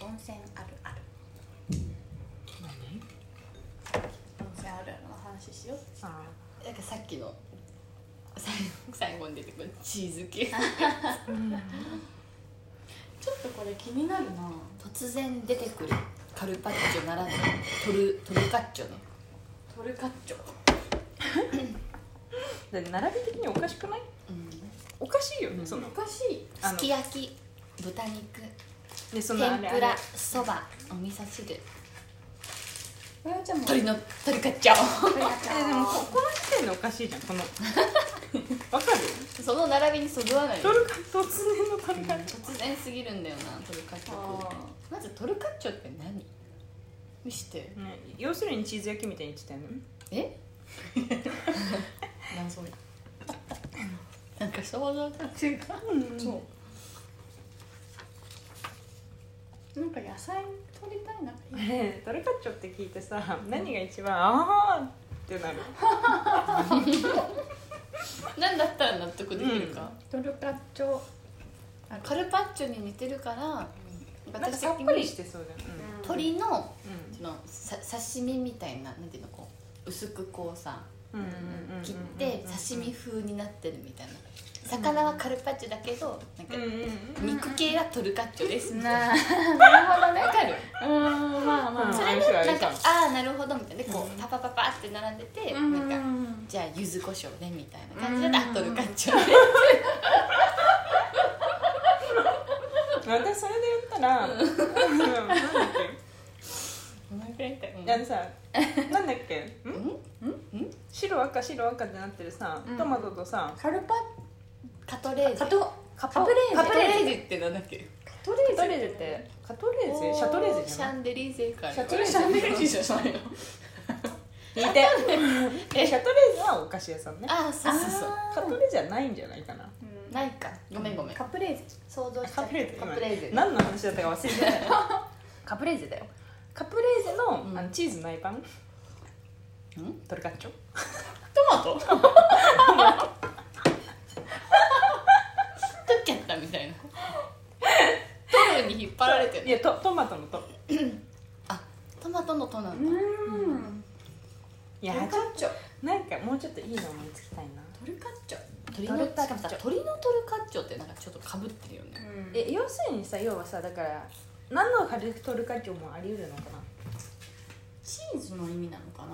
温泉あるある何温泉あるあるの話しようあなんかさっきの最後 最後に出てくるチーズ系ーうんちょっとこれ気になるな突然出てくるカルパッチョならぬトルトルカッチョねトルカッチョだって並び的におかしくないうんおかしいよね、うんそのおかしいあすのき焼き豚肉でそ天のあれあぷれらそばお味噌汁これはじゃあもう鳥の鳥カッチョトルカッチえでもこョこの時点でおかしいじゃん このわかるその並びにそぐわないトルカ突然のトルカ突然すぎるんだよなトルカッチョあ食うまずトルカッチョって何見してね要するにチーズ焼きみたいに言ってたよねえ何それなんか想像と違ううんそうなんか野菜取りたいなあれトルカッチョって聞いてさ何が一番ああってなる何だったら納得できるか、トルカッチョカルパッチョに似てるからなんか私さっ的ぱりにしてそうじゃん鶏のうんそのさ刺身みたいななんていうのこう薄くこうさうんうん切って刺身風になってるみたいな魚はカルパッチョだけどなんかうんうんうん肉系はトルカッチョですみたいなななるほどねわかるうーんまあまあうんそれあでりそうなんかありああなるほどみたいなでこうんうパパパパって並んでてうんなんかじゃあ柚子胡椒でみたいな感じであうんトルカッ チョね私それで言ったら、うん、なんだっお腹痛いけあのさなんだっけんうん白赤白赤ってなってるさうんトマトとさ、カルパカトレーゼカトカカプレーゼカトレーゼってなんだっけカトレーゼカトレーゼってカトレーゼシャトレーゼじゃシなャンデリゼかシャトレーゼじゃないのい似てえシャトレーゼはお菓子屋さんねああそうそうそうカトレーゼはないんじゃないかなうんないかごめんごめんカプレーゼ想像しちカゃったプレーゼカプレーゼ今何の話だったか忘れてたカプレーゼだよカプレーゼの,、うんあのチーズないパンんトルカッチョトマト取っちゃったみたいなトルに引っ張られているやトトマトのとあトマトのトなうんだんいトやルカッチョなんかもうちょっといいの思いつきたいなトルカッチョ鳥のトルカッチョしかもさ鳥のトルカッチョってなんかちょっとかぶってるよねえ要するにさ要はさだから何のカルトルカッチョもあり得るのかチーズの意味なのかな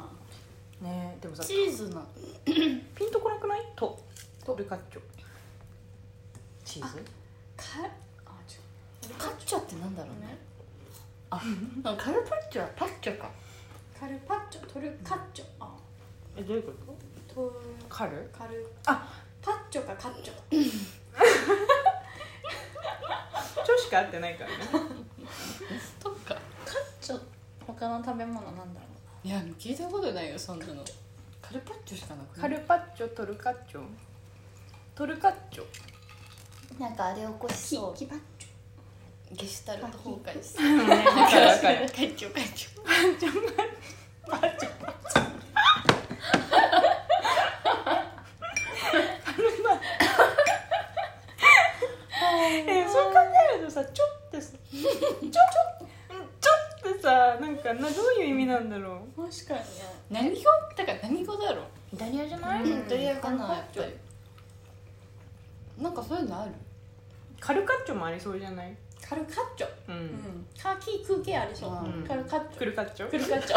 なねえでもさチーズのピンとこなくないとトルカッチョチーズかあちょカッチョってなんだろうねねあなんかカルパッチョはパッチョかカルパッチョトルカッチョあえどういうことトカルカルあパッチョかカッチョかちょしか合ってないからねとかカッチョ他の食べ物なんだろいや聞いたことないよそんなのカルパッチョしかな くカルパッチョトルカッチョトルカッチョなんかあれ起こしキそうキパッチゲシュタルト崩壊しうんねわかるわ かるカッチョカッチョパッチョパッチョえそう考えるとさちょってさちょちょうんちょってさなんかなどういう意味なんだろョ確かにね 何語だから何語だろうイタリアじゃないううんイタリアかなやっぱりなんかそういうのあるカルカッチョもありそうじゃないカルカッチョううんんカーキー空気ありそううんカルカッチョクルカッチョカルカッチョ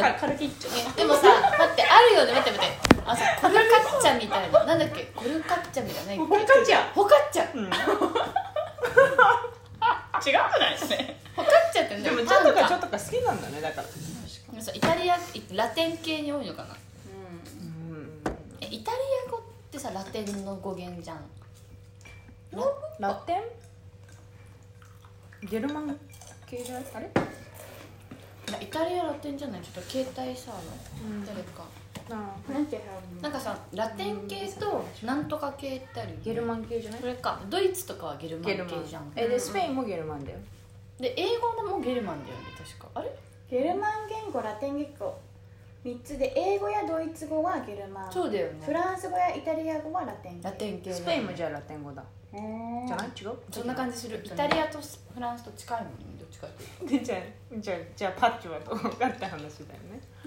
カルカルキッチョねでもさ待ってあるよね待って待ってあさコルカッチャみたいななんだっけコルカッチャみたいな何カッチョホカッチャうん、違くでないですねホカッチャっても「ちパょ」ンとか「ちょ」とか好きなんだねだからでもさイタリアラテン系に多いのかなうんえイタリア語ってさラテンの語源じゃんラテンゲルマン系じゃないあれイタリアラテンじゃないちょっと携帯さうん誰かあうんなんていうなんかさラテン系となんとか系ってあるよねゲルマン系じゃないこれかドイツとかはゲルマン系じゃんえでスペインもゲルマンだよで英語でもゲルマンだよね確かあれゲルマン言語ラテン言語3つで英語やドイツ語はゲルマンそうだよフねランス語やイタリア語はラテンラテン系だよスねペインもじゃあラテン語だンじゃない違うそんな感じするイタリアとフランスと近いもんねっちかっていうでじゃあじゃあじゃあパッチはどうかって話だよね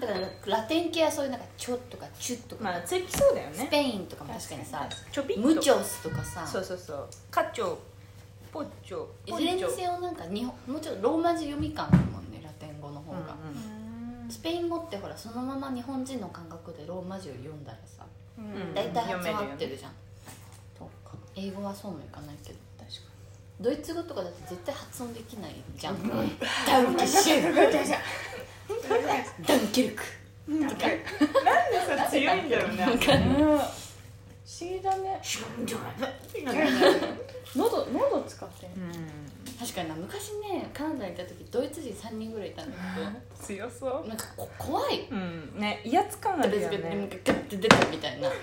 とだからラテン系はそういうなんかチョとかチュとか、まあつきそうだよスねペインとかも確かにさちょびっとムチョスとかさそうそうそうカチョポッチョいずれにせよなんか日本もうちょっとローマ字読み感あるもんねラテン語の方うんが、スペイン語ってほらそのまま日本人の感覚でローマ字を読んだらさうんうん大体発音読合めるよねってるじゃん、そうか英語はそうもいかないけど確かドイツ語とかだって絶対発音できないじゃんダンケシ ュダンケルクにとかうんなんでさ強いんだろうねわかんないうん不思議だね喉喉使ってるうん確かにな昔ねカナダにいた時ドイツ人3人ぐらいいたんだ強そけどなんかこ怖いううんね威圧感あるベツよベツでなんねかガッて出たみたいな、うん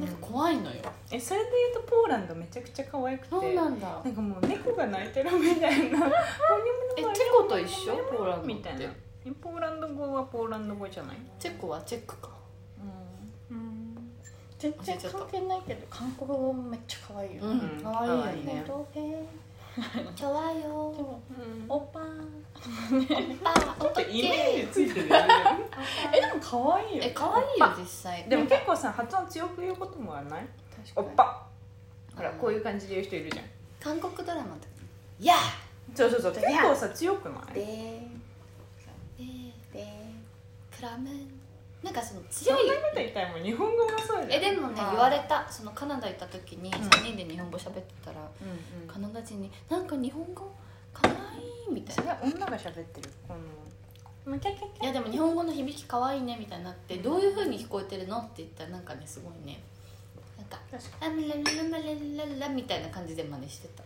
なんか怖いのよえそれで言うとポーランドめちゃくちゃ可愛くてそうなんだなんかもう猫が泣いてるみ たいなえチェコと一緒ポーランドってみたいなえポーランド語はポーランド語じゃないチェコはチェックか全然関係ないけど韓国語もめっちゃ可愛いよ、うねんうん可愛いよ可愛いねね豆腐で可愛いよもうんおっぱパーオッケイメーージついてるよ ねえでも可愛いよえ可愛いよ実際でも結構さ発音強く言うこともあるない確かおにっぱほらこういう感じで言う人いるじゃん韓国ドラマとか「いやそうそうそう結構さ強くないでーえーでプラムーン」なんかそのそん強ないこと言ったらもう日本語もそうだえよでもねあー言われたそのカナダ行った時にん3人で日本語喋ってたら、うんうんカナダ人に「なんか日本語かわいい」みたいそなれは女が喋ってるこのキャキャキ「いやでも日本語の響きかわいいね」みたいになって「どういうふうに聞こえてるの?」って言ったらなんかねすごいねなんか確「あラララララララ」みたいな感じで真似してた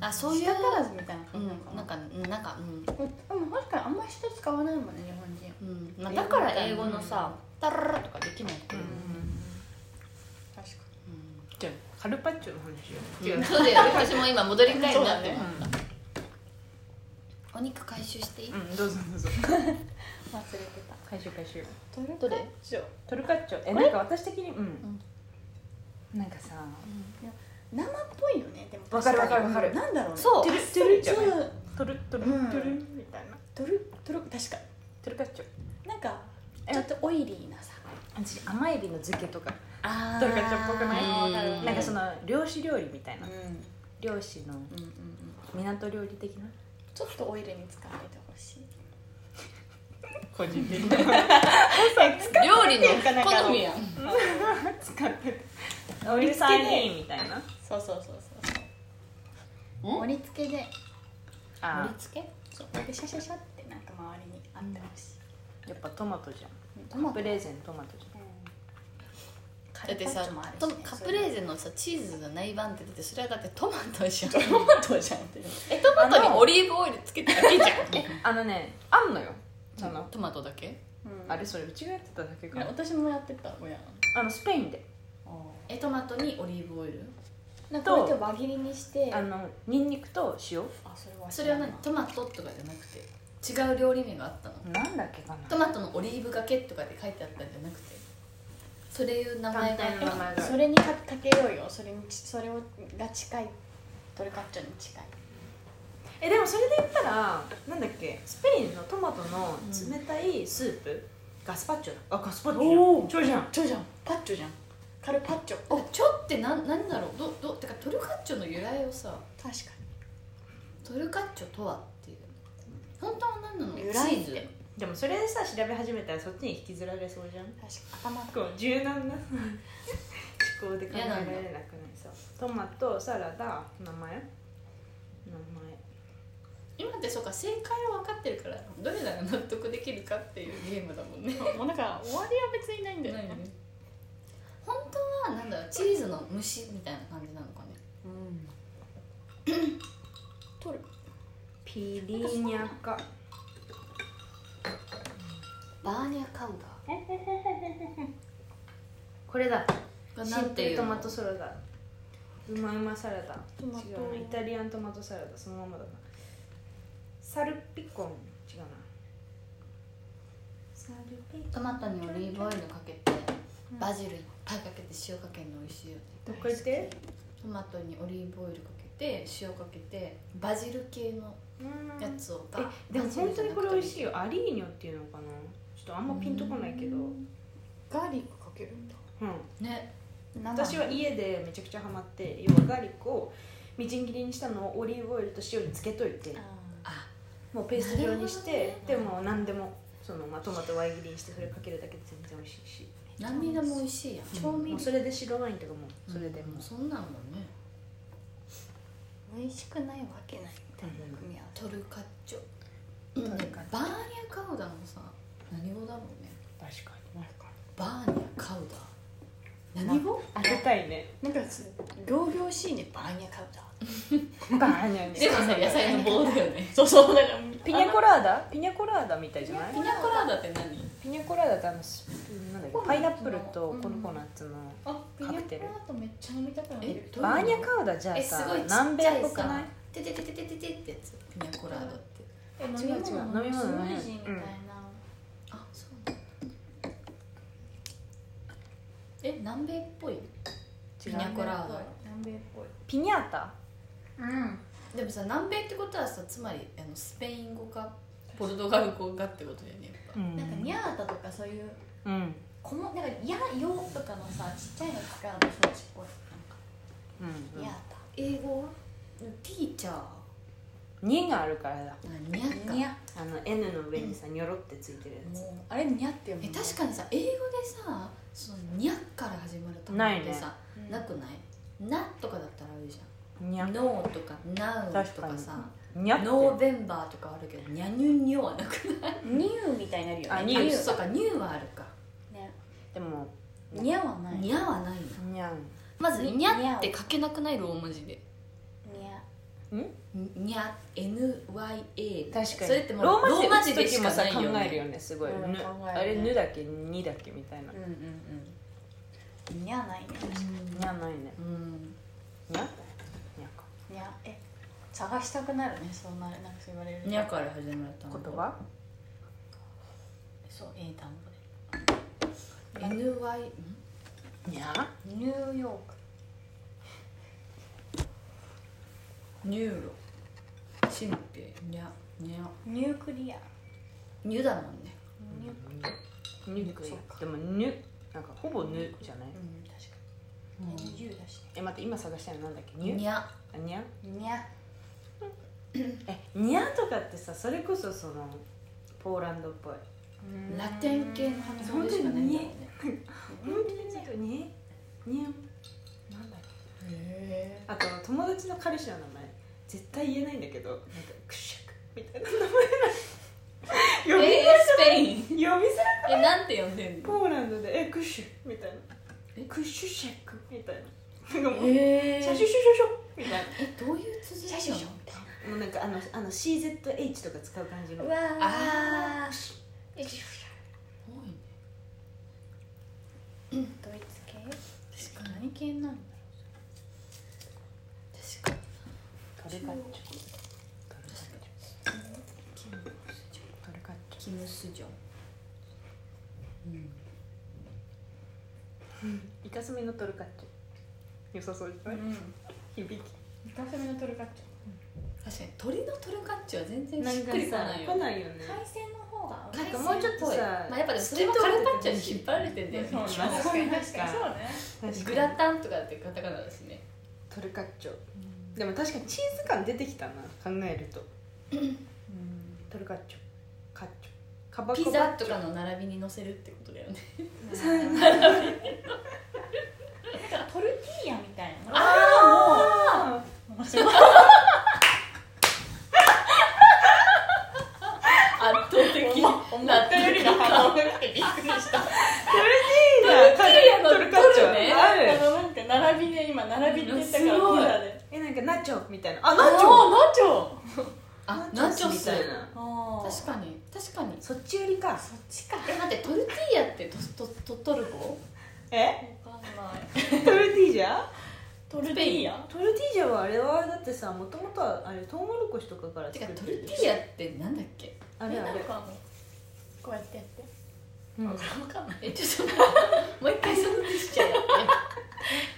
あそういう舌足らずみたいなう感じなのかんな,、なんかうんなんかうんうんでも確かにあんまり舌使わないもんね日本人うん、まあ、だから英語のさ「タラララ」とかできないってういんう確かうんじゃあカルパッチョの話うよんそうだ よ私も今戻りたいなって思ううんお肉回収していい、うんどうぞどうぞ忘れてた回収回収トルどれカッチョトルカッチョえなんか私的にうんんなんかさ生っぽいよねでもわかるわかるわかるなんだろうねそうトゥルトゥルじゃないそうトルトルトうんゥルみたいなトゥルトゥル確かトルカッチョなんかえちょっとオイリーなさ私甘エビの漬けとかあートルカッチョっぽくなわいかるわうかんるなんかその漁師料理みたいうんなうん漁師のうんうん港料理的なちょっとオイルに使われてほしい個人的な料理の好みやん使ってたオイルサーディンみたいなそうそうそうそうそうん盛り付けであ盛り付けそうでシャシャシャってなんか周りにあってほしいーやっぱトマトじゃんトマトプレゼントマトじだってさとカプレーゼのさチーズがない版って出てそれはだってトマトじゃんトトマトじゃんってマトにオリーブオイルつけてだけじゃんあのねあんのよそゃんの トマトだけあれそれうちがやってただけかな私もやってた親あのスペインでえトマトにオリーブオイルなんかこうやって輪切りにしてあのニンニクと塩あそれはそれは何トマトとかじゃなくて違う料理名があったのなんだっけかトなマトのオリーブがけとかで書いてあったんじゃなくてそれいう名前が単体の名前えそれにかかけようよそれにそれをが近いトルカッチョに近いえでもそれで言ったらなんだっけスペインのトマトの冷たいスープ、ガスパッチョだあガスパッチョじゃんおーちょいじゃんチョじゃんパッチョじゃんカルパッチョおちょってなんなんだろうどどてかトルカッチョの由来をさ確かトルカッチョとはっていう本当は何なの由来ってチーズでもそれでさ調べ始めたらそっちに引きずられそうじゃんに確か頭がこう柔軟な思考で考えられなくないさトマトサラダ名前名前今ってそうか正解は分かってるからどれなら納得できるかっていうゲームだもんねもうなんか終わりは別にないんだよね本当はなんだろうチーズの虫みたいな感じなのかねうん取るピリニャカバーニャカウこれだダーシがなんンプていルうトのマトサラダうまうまサラダトマト違うなイタリアントマトサラダそのままだなサルピコン違うなサルピコントマトにオリーブオイルかけてバジルいっぱいかけて塩かけるの美味しいよねどっか行ってトマトにオリーブオイルかけてって塩かけてバジル系のやつをバえでも本当にこれ美味しいよアリーニョっていうのかなちょっとあんまピンとこないけどうんガーリックかけるんだいね私は家でめちゃくちゃハマって要はガーリックをみじん切りにしたのをオリーブオイルと塩につけといてあもうペースト状にして、なるほでどねも何でもその、まあ、トマトワイ切りにしてそれかけるだけで全然美味しいし涙も美味しいやん調味料もうそれで白ワインとかもそれでもう、そんなんもね美味しくないわけないみたいな組み合わせトルカッチョルカッチョなんかバーニャカウダーもさ何語だろうね確かになんかバーニャカウダー何語あげたいねなんかす仰々しいねバーニャカウダーバーニャにでもさ野菜の棒だよねそうそうだからピニャコラーダピニャコラーダみたいじゃないピニャコラーダって何ピニャコラーダってあのスなんだっけパイナップルとうんココナッツの、あピニャコラーダめっちゃ飲みたくなるえどういうのバーニャカウダじゃあえすさごいちっちゃ南米っいぽくないさテテテテテテテってやつピニャコラーダってえ飲違う違うの飲み物ねスムージーみたいな、あそうなのえ南米っぽい違ピうニャコラーダ南米っぽいピニャータうんでもさ南米ってことはさつまりあのスペイン語かポルトガル語かってことだよねやっぱ、んなんかニャータとかそういううんこもなんかヤヨとかのさちっちゃいの使うのそっちっぽいうん、ニャー英語はティーチャーあ2があるからだニャタかニャあの N の上にさニョロってついてるやつもあれニャって読うむえの確かにさ英語でさそのニャから始まる単語ないっねてさうんなくないなとかだったらあるじニゃんャノーとかナウとか確さニャってノーベンバーとかあるけどニャニュニョはなくないニューみたいになるよねあニューあそうかニューはあるかねでもニャはないニャはないなニャンまずニニャって書けなくないローマ字でニャにゃ NYA 確かにそれってもうローマ字ローマ字ででしもかさない考よえるねよねすごい、うんぬ考えるねあれ「ぬ」だけ「に」だけみたいな、うんうんニャないねニャないねうんうんニャニャかニャえ探したくなるねそうなるなんかそう言われるとにゃから始まった言葉そう英単語で NY んニャニューヨークニューロ神経にゃにゃニュークリアニュだもんねニューニュクそうかでも「ぬ」なんかほぼ「ぬ」じゃない、うん確かにニューだしねえ待って今探したいのなんだっけ「ニュにゃ」あニャニャえニャとかってさそれこそそのポーランドっぽいラテン系の発音でしかないんだもんね本当にちょっとニャニャなんだっけへあと友達の彼氏の名前絶対言えないんだけどなんかクシャクみたいな名前な えのスペイン読みづらい読みづらいえなんて呼んでんのポーランドでえクシュみたいえなクシュシェクみたいななんかもうえシャシュシュシュシュみたいえどういう続きなシャシュシュなもうなんかあのあの CZH とか使う感じのうわああドイツ多いね系確か何に系なんだ確かにトルカッチョトルカッチキムスジョンうんョイカスミのトルカッチョ良さそうじゃないん響きイカスミのトルカッチ確かに鳥のトルカッチョは全ョ然しっくりこな来ないよいよね海鮮の方がなんかもうちょっとさまあ、やっぱでもそれはトルカッチョに引っ張られてんだよねそうそう確かに確かにそうね確かグにラタンとかってカタカナだしねトルカッチョでも確かにチーズ感出てきたな考えるとトルカッチョカッチョカバコピバザとかの並びに乗せるってことだよねなんかトルティーヤみたいなあ面白い 圧倒的なったよりの反応が来てびっくりしたもうトルカッチョねああるのなんか並びで今並びって言ったからすごいピザでえなんかナチョみたいなああナチョナチョあナチョみスたいなあー確かに確かにそっちよりかそっちかえ待ってトルティーヤってトトトトルコえわかんないトルティージ ャトルティーヤトルティージャはあれはだってさもともとはあれトウモロコシとかからてか作ってトるルティーヤってなんだっけあれあなんれかあのこうやってやってうんわかんないえちょっともう一回そのジェスチャーやって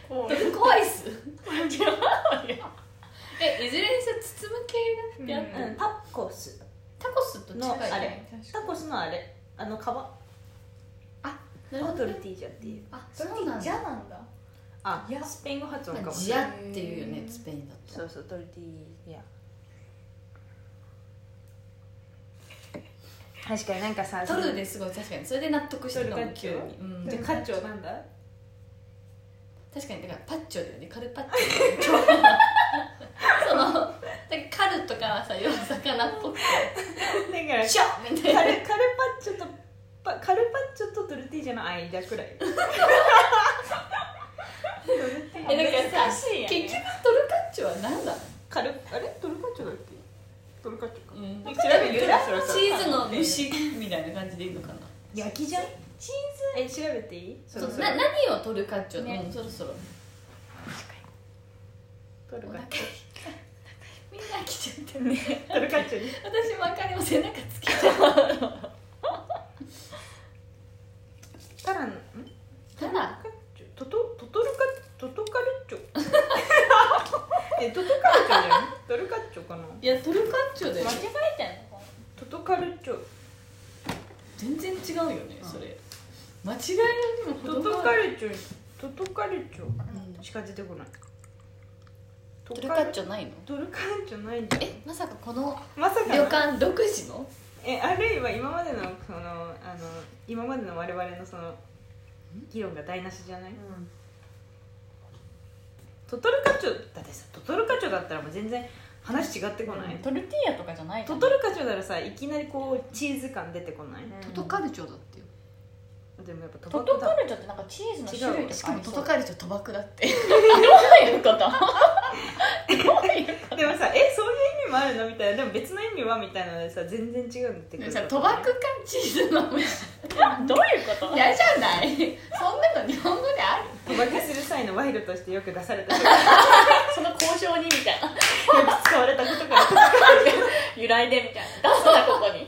こ トルコアイスう違うよえいずれにせよ包む系がってあった、うんタコスタコスと近のいあれ確タかコスのあれあの皮あなるほトどルねティージャっていうあそそれれになんジだャなんだあいやスペイン語発音かもしれジないアっていうよねスペインだとそうそうトルティーヤ確かになんかさトルでですごい確かにそれで納得したのトルもタッチ急ョに、うん、じゃあカッチョなんだ確かにだからパッチョだよねカルパッチョそのだからカルとかはさ要は魚っぽくてだからシャッみたい カなルカルパッチョとパカルパッチョとトルティージャの間くらいえだからさ難しいよね結局トルカッチョは何だ、カルあれトルカッチョだっけトルカッチョかうん、調べてみたそろそろチーズの虫みたいな感じでいいのかな焼きじゃんチーズえ調べていいそそうろそろな何をトルカッチョねうんそろそろトルおカ腹ッいチみんな来ちゃってョね トルカッチョに私も赤にも背中つけちゃうタランんただトトトトルカトトカルッチョ えトトカルッチョじゃんトルカッチョかないやトルカッチョで間違えてんのトトカルッチョ全然違うよねそれ間違えるにもト程トがカあるルチョトトカルチョしか出てこないトトルカッチョないのトルカルチョないんだよまさかこのまさか旅の館独自のえあるいは今までのそのあの今までの我々のその議論が台無しじゃないトトルカチョだってさトトルカチョだったらもう全然話違ってこない、トルティーヤとかじゃないトトルカチョならさいきなりこうチーズ感出てこない、トトトカルチョだってよでもやっぱトトバトコカだルチョってなんかチーズの種類とかしかもありトそうトカルチョ賭博だってどういうことでもさえそういう意味もあるのみたいなでも別の意味はみたいなのでさ全然違うのってでくもるさ賭博かチーズの虫どういうこと嫌じゃないそんなの日本語である賭博する際の賄賂としてよく出されたよ その交渉にみたいなく使われたことから由来でみたいな出すなここに